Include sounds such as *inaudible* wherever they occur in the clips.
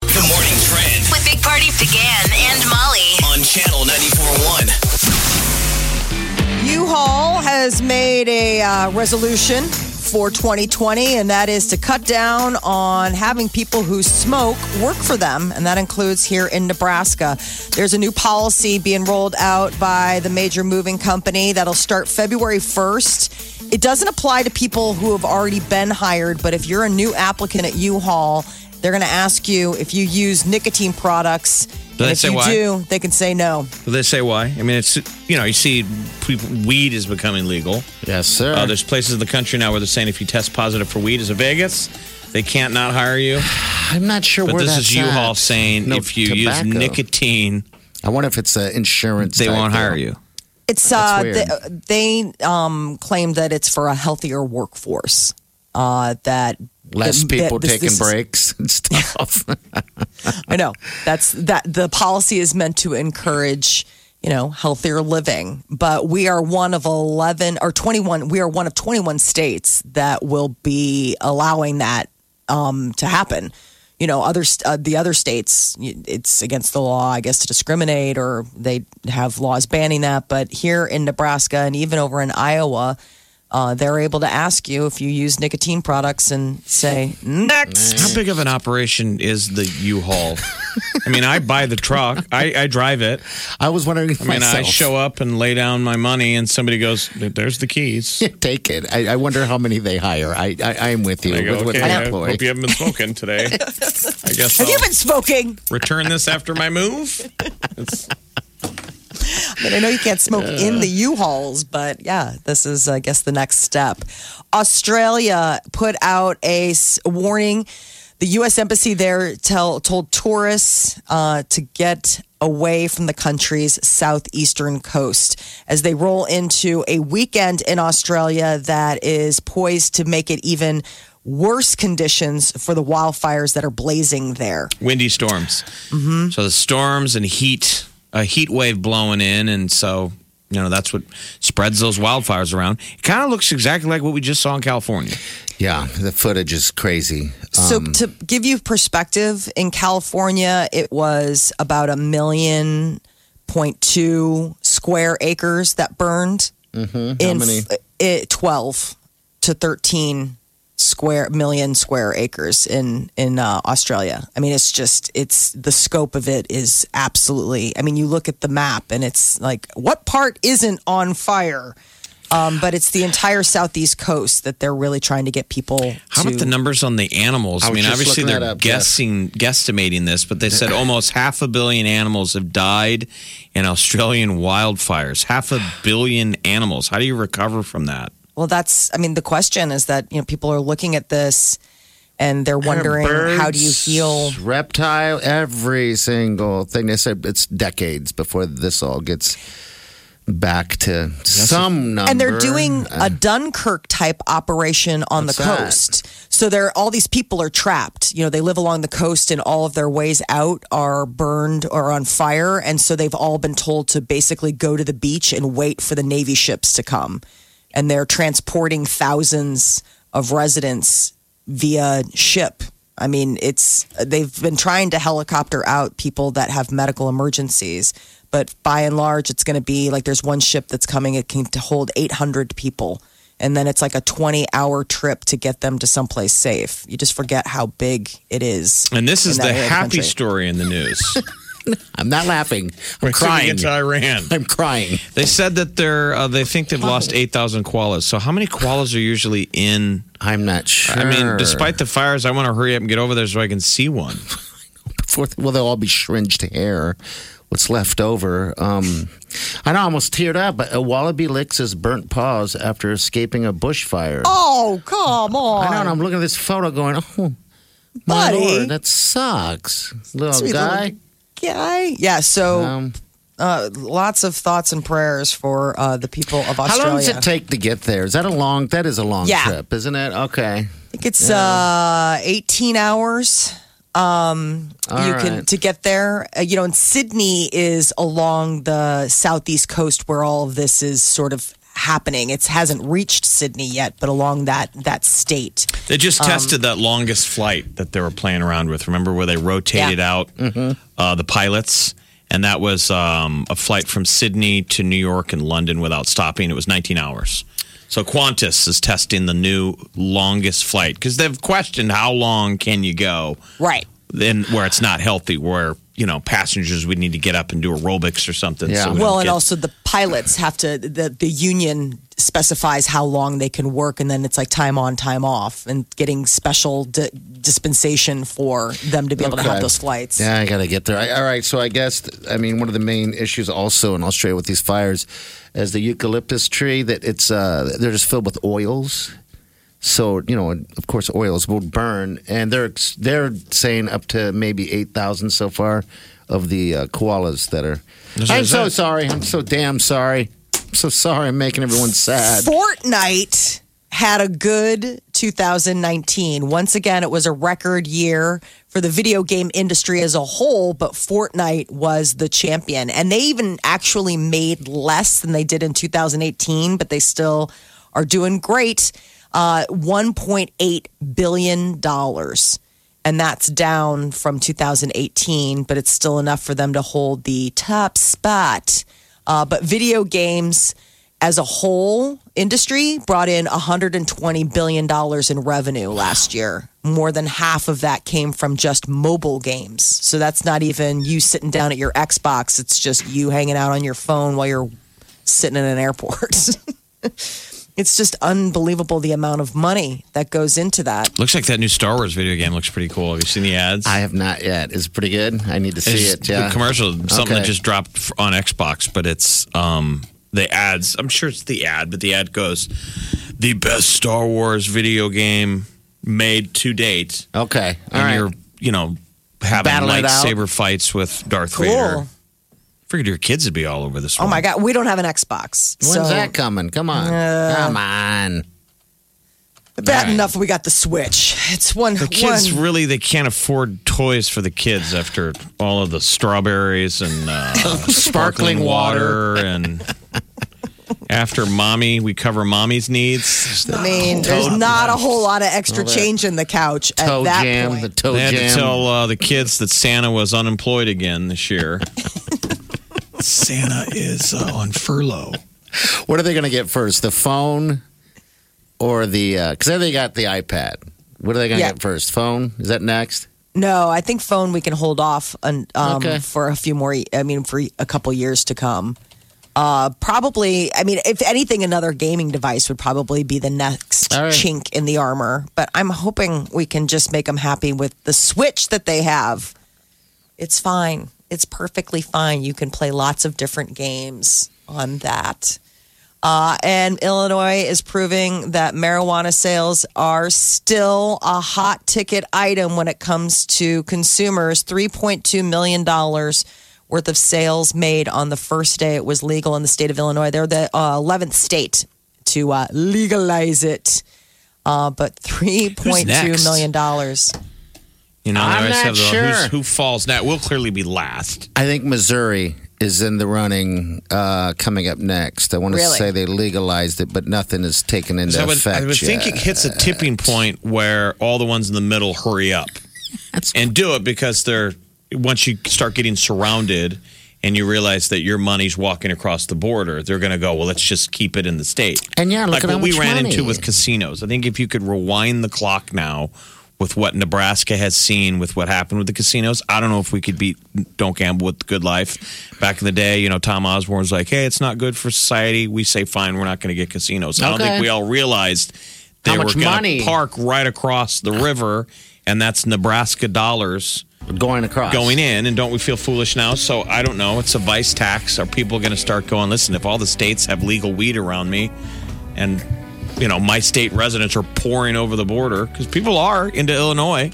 The morning trend with Big Party began and Molly. on channel 941. U-Haul has made a uh, resolution for 2020, and that is to cut down on having people who smoke work for them, and that includes here in Nebraska. There's a new policy being rolled out by the major moving company that'll start February 1st. It doesn't apply to people who have already been hired, but if you're a new applicant at U-Haul, they're going to ask you if you use nicotine products. Do they and if say you why? do, they can say no. Do they say why? I mean, it's you know, you see, people, weed is becoming legal. Yes, sir. Uh, there's places in the country now where they're saying if you test positive for weed, is it Vegas? They can't not hire you. I'm not sure But where this that's is U-Haul at. saying No if you use tobacco. nicotine, I wonder if it's uh, insurance. they type won't deal. hire you. It's uh, That's th- they um, claim that it's for a healthier workforce. Uh, that Less that- people this- taking this is- breaks and *laughs* stuff. I know that's that the policy is meant to encourage you know healthier living, but we are one of eleven or twenty one. We are one of twenty one states that will be allowing that um, to happen. You know, other st- uh, the other states, y- it's against the law, I guess, to discriminate, or they have laws banning that. But here in Nebraska and even over in Iowa, uh, they're able to ask you if you use nicotine products and say next. How big of an operation is the U-Haul? I mean, I buy the truck, I, I drive it. I was wondering. I mean, myself. I *laughs* show up and lay down my money, and somebody goes, "There's the keys." Take it. I, I wonder how many they hire. I, I I'm with you. I go, with, with "Okay, the I employee. hope you haven't been smoking *laughs* today. I guess Have I'll you been smoking? return this after my move. It's, But I know you can't smoke in the U-Hauls, but yeah, this is, I guess, the next step. Australia put out a s- warning. The U.S. embassy there tell, told tourists uh, to get away from the country's southeastern coast as they roll into a weekend in Australia that is poised to make it even worse conditions for the wildfires that are blazing there. windy storms. Mm-hmm. So the storms and heat, a heat wave blowing in, and so you know that's what spreads those wildfires around. It kind of looks exactly like what we just saw in California. Yeah, the footage is crazy. So, to give you perspective, in California, it was about a million point two square acres that burned. Mm-hmm. In many? f- It, Twelve to thirteen square million square acres in in uh, Australia. I mean, it's just it's the scope of it is absolutely. I mean, you look at the map and it's like what part isn't on fire. Um, but it's the entire southeast coast that they're really trying to get people. How to about the numbers on the animals? I, I was mean, just obviously looking they're that up, guessing, guesstimating this, but they said almost half a billion animals have died in Australian wildfires. Half a billion animals. How do you recover from that? Well, that's, I mean, the question is that, you know, people are looking at this and they're wondering how do you birds, heal? reptile? Every single thing they said. It's decades before this all gets back to some number. And they're doing a Dunkirk type operation on the uh, What's that? coast. So they're, all these people are trapped. You know, they live along the coast and all of their ways out are burned or on fire. And so they've all been told to basically go to the beach and wait for the Navy ships to come. And they're transporting thousands of residents via ship. I mean, it's they've been trying to helicopter out people that have medical emergencies, but by and large, it's going to be like there's one ship that's coming. It can hold 800 people, and then it's like a 20 hour trip to get them to someplace safe. You just forget how big it is. And this is in the that area of happy country. story in the *laughs* news. I'm not laughing. I'm Wait till we crying. get to Iran. *laughs* I'm crying. *laughs* They said that they're uh, they think they've lost eight thousand koalas. So how many koalas are usually in? I'm not sure. I mean, despite the fires, I want to hurry up and get over there so I can see one. before well they'll all be shringed hair what's left over um i know, I almost teared up but a wallaby licks his burnt paws after escaping a bushfire Oh come on! i know and i'm looking at this photo going oh my Buddy. lord that sucks little Sweet guy little guy. Yeah, so Um, uh, lots of thoughts and prayers for uh, the people of how Australia. long does it take to get there? Is that a long? That is a long Yeah. trip, isn't it? Okay. I think it's uh, 18 hours. Um, All you can right. to get there. Uh, you know, and Sydney is along the southeast coast where all of this is sort of happening. It hasn't reached Sydney yet, but along that that state. They just Um, tested that longest flight that they were playing around with. Remember where they rotated Yeah. Mm-hmm. out uh, the pilots? And that was um, a flight from Sydney to New York and London without stopping. It was 19 hours. So Qantas is testing the new longest flight because they've questioned how long can you go Right. then where it's not healthy, where you know passengers would need to get up and do aerobics or something. Yeah. we Well, don't and get- also the pilots have to the the union specifies how long they can work, and then it's like time on, time off, and getting special di- dispensation for them to be able to have Okay. those flights. Yeah, I gotta get there. I, all right, so I guess I mean one of the main issues also in Australia with these fires is the eucalyptus tree that it's uh, they're just filled with oils. So you know, of course, oils will burn, and they're they're saying up to maybe eight thousand so far of the uh, koalas that are. I'm is so that. sorry. I'm so damn sorry. I'm so sorry. I'm making everyone sad. Fortnite had a good 2019. Once again, it was a record year for the video game industry as a whole, but Fortnite was the champion. And they even actually made less than they did in 2018, but they still are doing great. Uh, $1.8 billion and that's down from 2018, but it's still enough for them to hold the top spot. Uh, but video games as a whole industry brought in $120 billion in revenue last year. More than half of that came from just mobile games. So that's not even you sitting down at your Xbox, it's just you hanging out on your phone while you're sitting in an airport. *laughs* it's just unbelievable the amount of money that goes into that. looks like that new Star Wars video game looks pretty cool. Have you seen the ads? I have not yet. It's pretty good. I need to see It's it. Yeah, The commercial, something that Okay. just dropped f- on Xbox, but it's um, the ads. I'm sure it's the ad, but the ad goes, "The best Star Wars video game made to date." Okay. All and right. you're, you know, having Battling it out. lightsaber fights with Darth Cool. Vader. I figured your kids would be all over this. Oh one. my God, we don't have an Xbox. When's so uh, that coming? Come on. *laughs* Come on. Bad enough we got the Switch. It's one. The kids one- really they can't afford toys for the kids after all of the strawberries and uh, *laughs* sparkling water and after mommy we cover mommy's needs. I mean, there's not a whole lot of extra change in the couch at Toe that jam. The point. toe They had to jam. tell uh, the kids that Santa was unemployed again this year. Santa is uh, on furlough. What are they going to get first? The phone or the? Because then they got the iPad. What are they going to Yeah. get first? Phone is that next? No, I think phone we can hold off un, um, Okay. for a few more. I mean, for a couple years to come. Uh, probably. I mean, if anything, another gaming device would probably be the next All right. chink in the armor. But I'm hoping we can just make them happy with the Switch that they have. It's fine. It's perfectly fine. You can play lots of different games on that. Uh, and Illinois is proving that marijuana sales are still a hot ticket item when it comes to consumers. $3.2 million worth of sales made on the first day it was legal in the state of Illinois. They're the uh, 11th state to uh, legalize it. Uh, but $3.2 next? million. dollars. You know, they I'm always not have the, who's- sure. who falls now. We'll clearly be last. I think Missouri is in the running uh, coming up next. I want to Really? say they legalized it, but nothing is taken into So I would, effect I would yet. think it hits a tipping point where all the ones in the middle hurry *laughs* up and do it because they're once you start getting surrounded and you realize that your money's walking across the border, they're going to go, well, let's just keep it in the state. And yeah, like look at what how we much ran into money. with casinos. I think if you could rewind the clock now with what Nebraska has seen with what happened with the casinos, I don't know if we could beat Don't Gamble with the Good Life. Back in the day, you know, Tom Osborne's like, hey, it's not good for society. We say, fine, we're not going to get casinos. I don't Okay. think we all realized they How were much going money? to park right across the river, and that's Nebraska dollars going across. going in. And don't we feel foolish now? So I don't know. It's a vice tax. Are people going to start going? Listen, if all the states have legal weed around me, and you know my state residents are pouring over the border because people are into Illinois.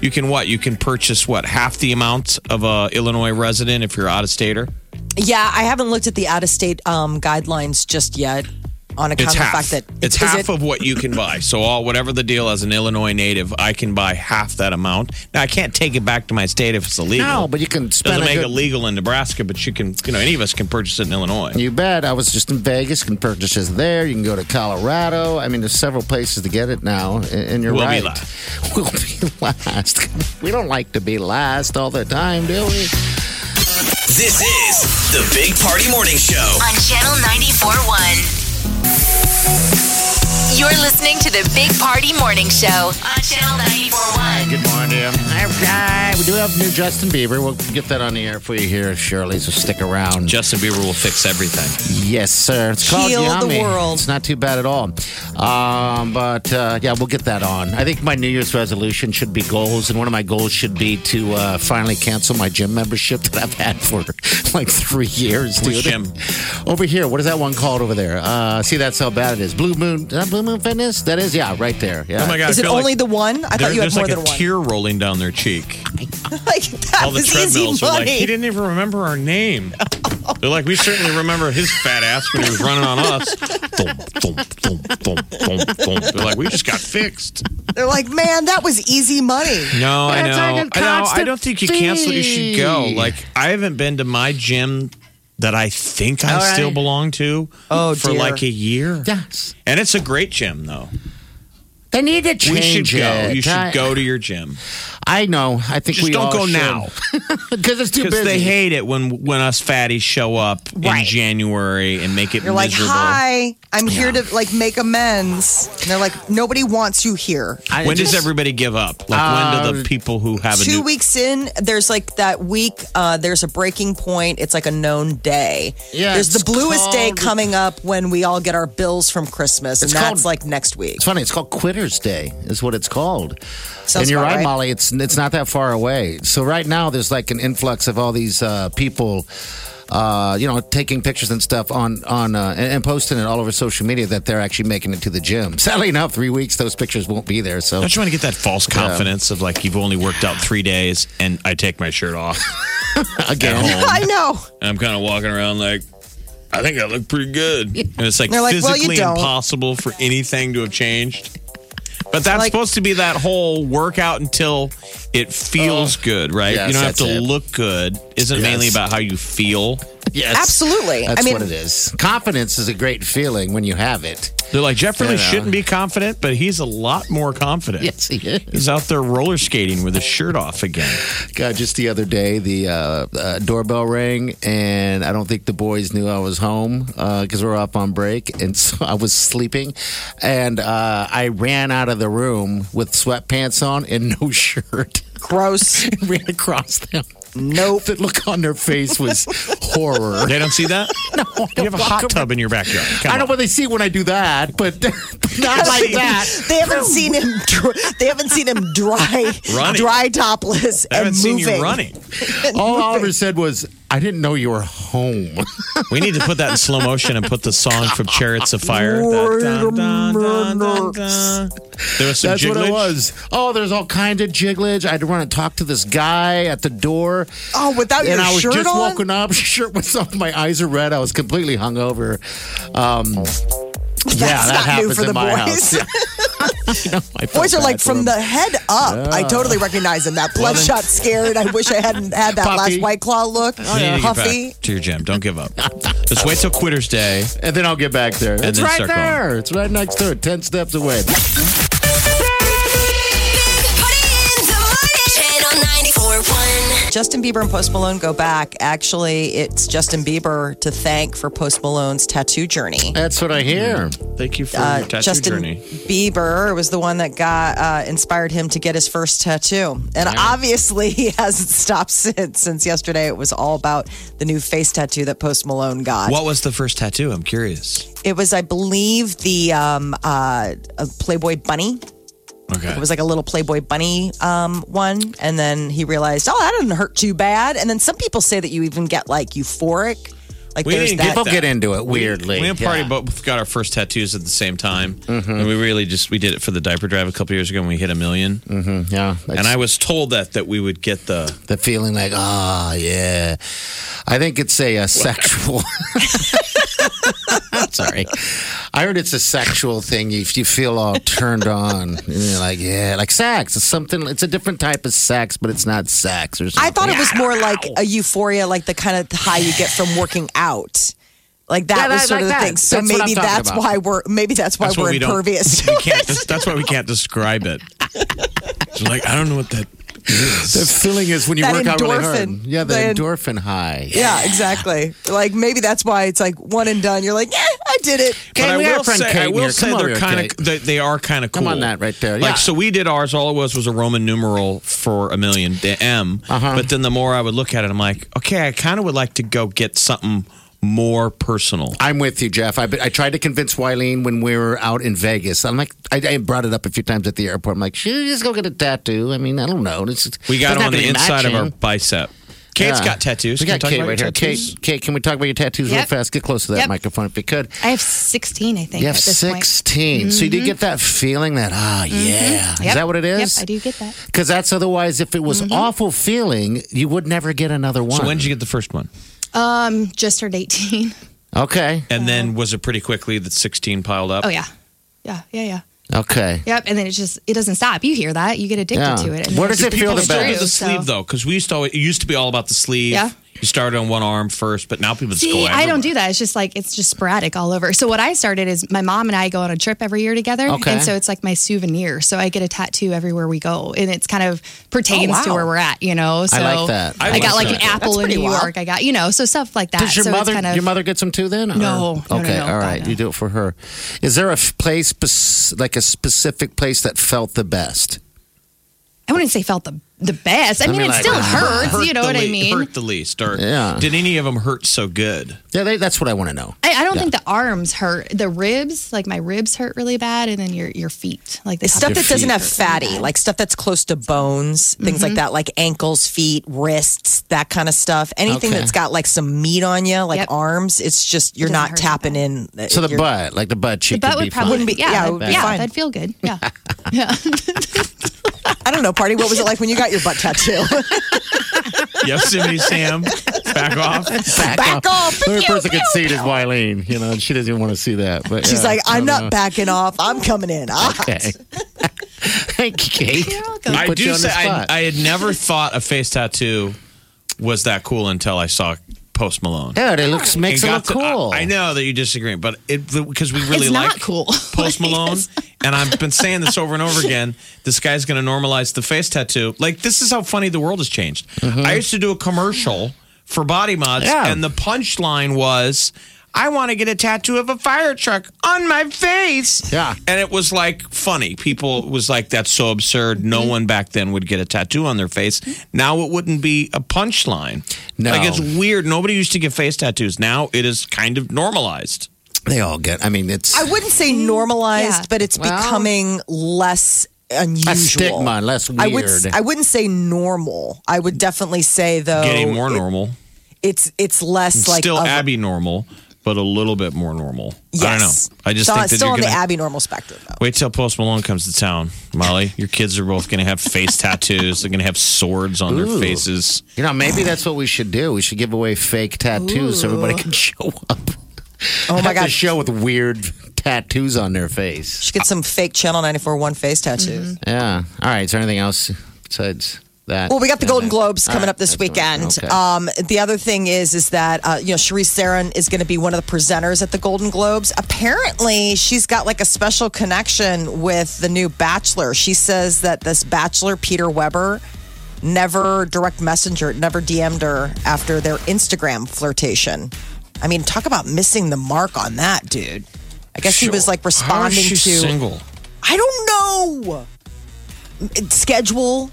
You can what? You can purchase what half the amount of a Illinois resident if you're out of stater. Yeah, I haven't looked at the out of state um, guidelines just yet on account It's of the half. fact that it's is half it- of what you can buy. So all whatever the deal as an Illinois native, I can buy half that amount. Now I can't take it back to my state if it's illegal. No, but you can spend doesn't a make good- it legal in Nebraska, but you can. You know, any of us can purchase it in Illinois. You bet. I was just in Vegas. Can purchase this there. You can go to Colorado. I mean, there's several places to get it now. And, and you're We'll right. be last. *laughs* We'll be last. *laughs* We don't like to be last all the time, do we? This is the Big Party Morning Show. on Channel 94.1. You're listening to the Big Party Morning Show on Channel 94.1. Good morning. Okay, we do have new Justin Bieber. We'll get that on the air for you here, Shirley. So stick around. Justin Bieber will fix everything. Yes, sir. It's called Heal the Yummy. world. It's not too bad at all. Um, but uh, yeah, we'll get that on. I think my New Year's resolution should be goals, and one of my goals should be to uh, finally cancel my gym membership *laughs* that I've had for like three years. Which Dude. gym? Over here, what is that one called over there? Uh, see, that's how bad it is. Blue Moon. Is that Blue Moon Fitness? That is, yeah, right there. Yeah. Oh my god! is I it feel only like the one? I there- thought you had there's more like than a one. tear rolling down their cheek. *laughs* like that all the was easy treadmills are like, he money. didn't even remember our name. They're like, we certainly remember his fat ass when he was running on *laughs* us. Thump, thump, thump, thump, thump, thump. They're like, we just got fixed. They're like, man, that was easy money. No, I That's know. like a I know. I constant don't think you cancel. You should go. fee. Like, I haven't been to my gym that I think I All right. still belong to Oh, for dear. like a year. Yes. And it's a great gym, though. They need to We change should go. it. You I- should go to your *laughs* gym. I know. I think Just we don't all go should. *laughs* now. because it's too busy. Because they hate it when when us fatties show up in Right. January and make it You're like, miserable. hi, I'm here to like make amends. And they're like, nobody wants you here. I when just- Um, does everybody give up? Like when do the people who have a Two new weeks in, there's like that week. Uh, there's a breaking point. It's like a known day. Yeah, there's the it's bluest day called- coming up when we all get our bills from Christmas, and It's that's called- like next week. It's funny. It's called Quitter's Day, is what it's called. Sounds and you're about right, right. Molly. It's it's not that far away. So right now, there's like an influx of all these uh, people, uh, you know, taking pictures and stuff on on uh, and, and posting it all over social media that they're actually making it to the gym. *laughs* Sadly enough, three weeks those pictures won't be there. So Don't you want to get that false confidence of like you've only worked out three days and I take my shirt off at *laughs* *laughs* again, home *laughs* I know. and I'm kind of walking around like I think I look pretty good and it's like, They're like, well, you physically don't. impossible for anything to have changed. But that's Like- supposed to be that whole workout until it Oh. feels good, right? yes, you don't have that's to it. look good. Isn't it mainly Yes. about how you feel. yes, Absolutely. That's I mean- what it is. Confidence is a great feeling when you have it. They're like Jeff really You know. shouldn't be confident, but he's a lot more confident. Yes, it is. He's out there roller skating with his shirt off *laughs* again. God, Uh, just the other day, the uh, uh, doorbell rang, and I don't think the boys knew I was home because we were up on break, and *laughs* so I was sleeping, and uh, I ran out of the room with sweatpants on and no *laughs* shirt, *laughs* Gross. and ran across them. nope. The look on their face was horror. They don't see that? *laughs* no. You have a hot tub in your backyard. Come I know on. what they see when I do that, but *laughs* not like that. They haven't seen him. Dr- they haven't seen him dry, Running. dry topless, I haven't and seen moving. you running. All Oliver said was, "I didn't know you were home." We need to put that in slow motion and put the song from Chariots of Fire. Dun, dun, dun, dun, dun, dun. There was some That's what jigglage. it was. Oh, there's all kind of jigglage. I had to run and talk to this guy at the door. Oh, without and your I was shirt just on? walking up. *laughs* Shirt was off. My eyes are red. I was completely hungover. Um, Oh. yeah, That's that not new happens for in the my boys. *laughs* house. I know, I felt Boys are bad like for from them. the head up. I totally recognize him. That bloodshot, scared. I wish I hadn't had that Puffy. last white claw look. You need to get Puffy. back to your gym. Don't give up. Just wait till Quitter's Day. And then I'll get back there. it's then right circle. there. It's right next to it. Ten steps away. Big Party in the morning. Channel 94.1. Justin Bieber and Post Malone go back. Actually, it's Justin Bieber to thank for Post Malone's tattoo journey. That's what I hear. Thank you for your Mm, tattoo Uh, Justin journey. Bieber was the one that got uh, inspired him to get his first tattoo, and obviously *laughs* he hasn't stopped since. Since yesterday, it was all about the new face tattoo that Post Malone got. What was the first tattoo? I'm curious. It was, I believe, the um, uh, a Playboy bunny. Okay. It was like a little Playboy bunny um, one, and then he realized, oh, that didn't hurt too bad. And then some people say that you even get like euphoric Like We there's didn't that. get People that. get into it weirdly. We and Yeah. Mm-hmm. Party both got our first tattoos at the same time, and we really just we did it for the diaper drive a couple years ago, and we hit a 1000000 Mm-hmm. Yeah, And I was told that that we would get the the feeling like, ah, yeah. I think it's a, uh sexual. *laughs* Sorry, I heard it's a sexual thing. You you feel all turned on, and you're like, yeah, like sex. It's something. It's a different type of sex, but it's not sex or something. I thought it was more like a euphoria, like the kind of high you get from working out. Like that Yeah, was that- sort of like the that. thing. So That's what I'm maybe talking that's about. why we're maybe that's why that's what we're we don't *laughs* impervious. we can't that's why we can't describe *laughs* it. So like I don't know what that The is. feeling is when you That work out really hard. endorphin. Yeah, the The en- endorphin high. Yeah, exactly. Like maybe that's why it's like one and done. You're like, yeah, I did it. But Hey, I we got will a friend say, Kate I in will here. say Come over they're here, kind Kate. of they, they are kind of cool. Come on, that right there. Like Yeah. so, we did ours. All it was was a Roman numeral for a million, the M. Uh-huh. But then the more I would look at it, I'm like, okay, I kind of would like to go get something more personal. I'm with you, Jeff. I, I tried to convince Wileen when we were out in Vegas. I'm like, I, I brought it up a few times at the airport. I'm like, should we just go get a tattoo? I mean, I don't know. It's, We got it's it not on the gonna be inside of our matching. bicep. Kate's Yeah. got tattoos. We Can you got talk Kate about right your here. Kate, tattoos? Kate, can we talk about your tattoos Yep. real fast? Get close to that Yep. microphone if you could. I have 16, I think. You have at this point. Mm-hmm. 16. So you did get that feeling that, ah, yeah. Is Yep. that what it is? Yep, I do Mm-hmm. get that. Because that's otherwise, if it was awful feeling, you would never get another one. So when did you get the first one? Um, just turned 18. Okay. And then was it pretty quickly that 16 piled up? *laughs* Uh, Oh yeah, yeah, yeah, yeah. Okay. Yep. And then it just it doesn't stop. You hear that? You get addicted Yeah. to it. and Where then does it feel People the becomes still do best? true, the sleeve so- though, because we used to always, it used to be all about the sleeve. Yeah. You started on one arm first, but now people just go See, everywhere. I don't do that. It's just like it's just sporadic all over. So what I started is my mom and I go on a trip every year together, Okay. and so it's like my souvenir. So I get a tattoo everywhere we go, and it's kind of pertains Oh, wow. to where we're at, you know. So like that. I I, got like like an that. apple in That's pretty New wild. York. I got you know, so stuff like that. Does your so mother it's kind of your mother get some too then? or- No, no, no, okay. no, all God, right. no. You do it for her. Is there a f- place spec- like a specific place that felt the best? I wouldn't say felt the the best. I, mean, mean, it like, still hurts. Hurt you know the what I le- mean? Hurt the least, or Yeah. did any of them hurt so good? Yeah, they, that's what I want to know. I, I don't Yeah. think the arms hurt. The ribs, like my ribs hurt really bad, and then your your feet, like the It's stuff that doesn't have fatty, Like like stuff that's close to bones, things like that, like ankles, feet, wrists, that kind of stuff. Anything Okay. that's got like some meat on you, like Yep. arms, it's just you're doesn't not hurt tapping in. So the You're- butt, like the butt cheek, the butt would would be probably fine. Wouldn't be- yeah yeah, yeah, it would be fine. that'd feel good. *laughs* Yeah, I don't know, party. What was it like when you got your butt tattoo? *laughs* Yosemite *laughs* Sam, back off. back, Back off. The only person can see it is Wileen, you know, and she doesn't even want to see that. But She's yeah, like, I I'm don't not backing off. I'm coming in. Ah. know. Okay. *laughs* Thank you, Kate. You're welcome. We I put you do on the say I, spot. I had never thought a face tattoo was that cool until I saw Post Malone. Dude, it looks makes And it got look to- I- cool. I, know that you disagree, but it because we really It's not like cool. *laughs* Post Malone, and I've been saying this over and over again. This guy's going to normalize the face tattoo. Like this is how funny the world has changed. I used to do a commercial for body mods, Mm-hmm. Yeah. and the punchline was. I want to get a tattoo of a fire truck on my face. Yeah. And it was like funny. People was like, that's so absurd. Mm-hmm. No one back then would get a tattoo on their face. Now it wouldn't be a punchline. No. Like it's weird. Nobody used to get face tattoos. Now it is kind of normalized. They all get. I mean, it's I wouldn't say normalized, Yeah. but it's Well, becoming less unusual. stigma, less I would. weird. I wouldn't say normal. I would definitely say though Getting more Oh, it- normal. it's it's less like Still of- Abby normal, but a little bit more normal. I don't Yes. know. I just Still- think that still you're on gonna the Abby normal spectrum though. wait till Post Malone comes to town, Molly. Your kids are both gonna have *laughs* face tattoos. They're gonna have swords on their Ooh. faces. You know, maybe that's what we should do. We should give away fake tattoos so everybody can *laughs* show up. Oh my Have the god. show with weird tattoos on their face. Should get some fake Channel 941 face tattoos. Yeah. All right. Is there anything else besides that? Well, we got the And Golden then- Globes All coming right, up this that's coming weekend. up. Okay. Um, the other thing is, is that uh, you know Charisse Theron is going to be one of the presenters at the Golden Globes. Apparently, she's got like a special connection with the new Bachelor. She says that this Bachelor Peter Weber never direct messenger, never DM'd her after their Instagram flirtation. I mean, talk about missing the mark on that, dude. I guess he was like How is responding she to. single? I don't know. M- Schedule,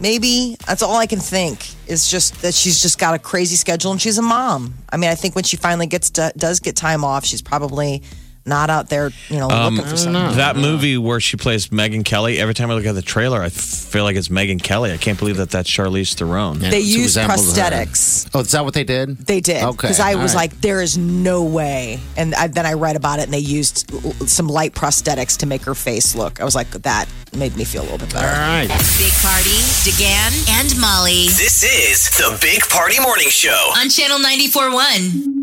maybe. That's all I can think. Is just that she's just got a crazy schedule and she's a mom. I mean, I think when she finally gets to, does get time off, she's probably not out there, you know, Um, looking for something. That movie where she plays Megan Kelly. Every time I look at the trailer, I feel like it's Megan Kelly. I can't believe that that's Charlize Theron. They It's a used resemblance of her. prosthetics. Oh, is that what they did? They did. Okay. Because I all was right. like, there is no way. And I, then I read about it and they used l- some light prosthetics to make her face look. I was like, that made me feel a little bit better. all right. Big Party, DeGan, and Molly This is the Big Party Morning Show. on Channel 94.1.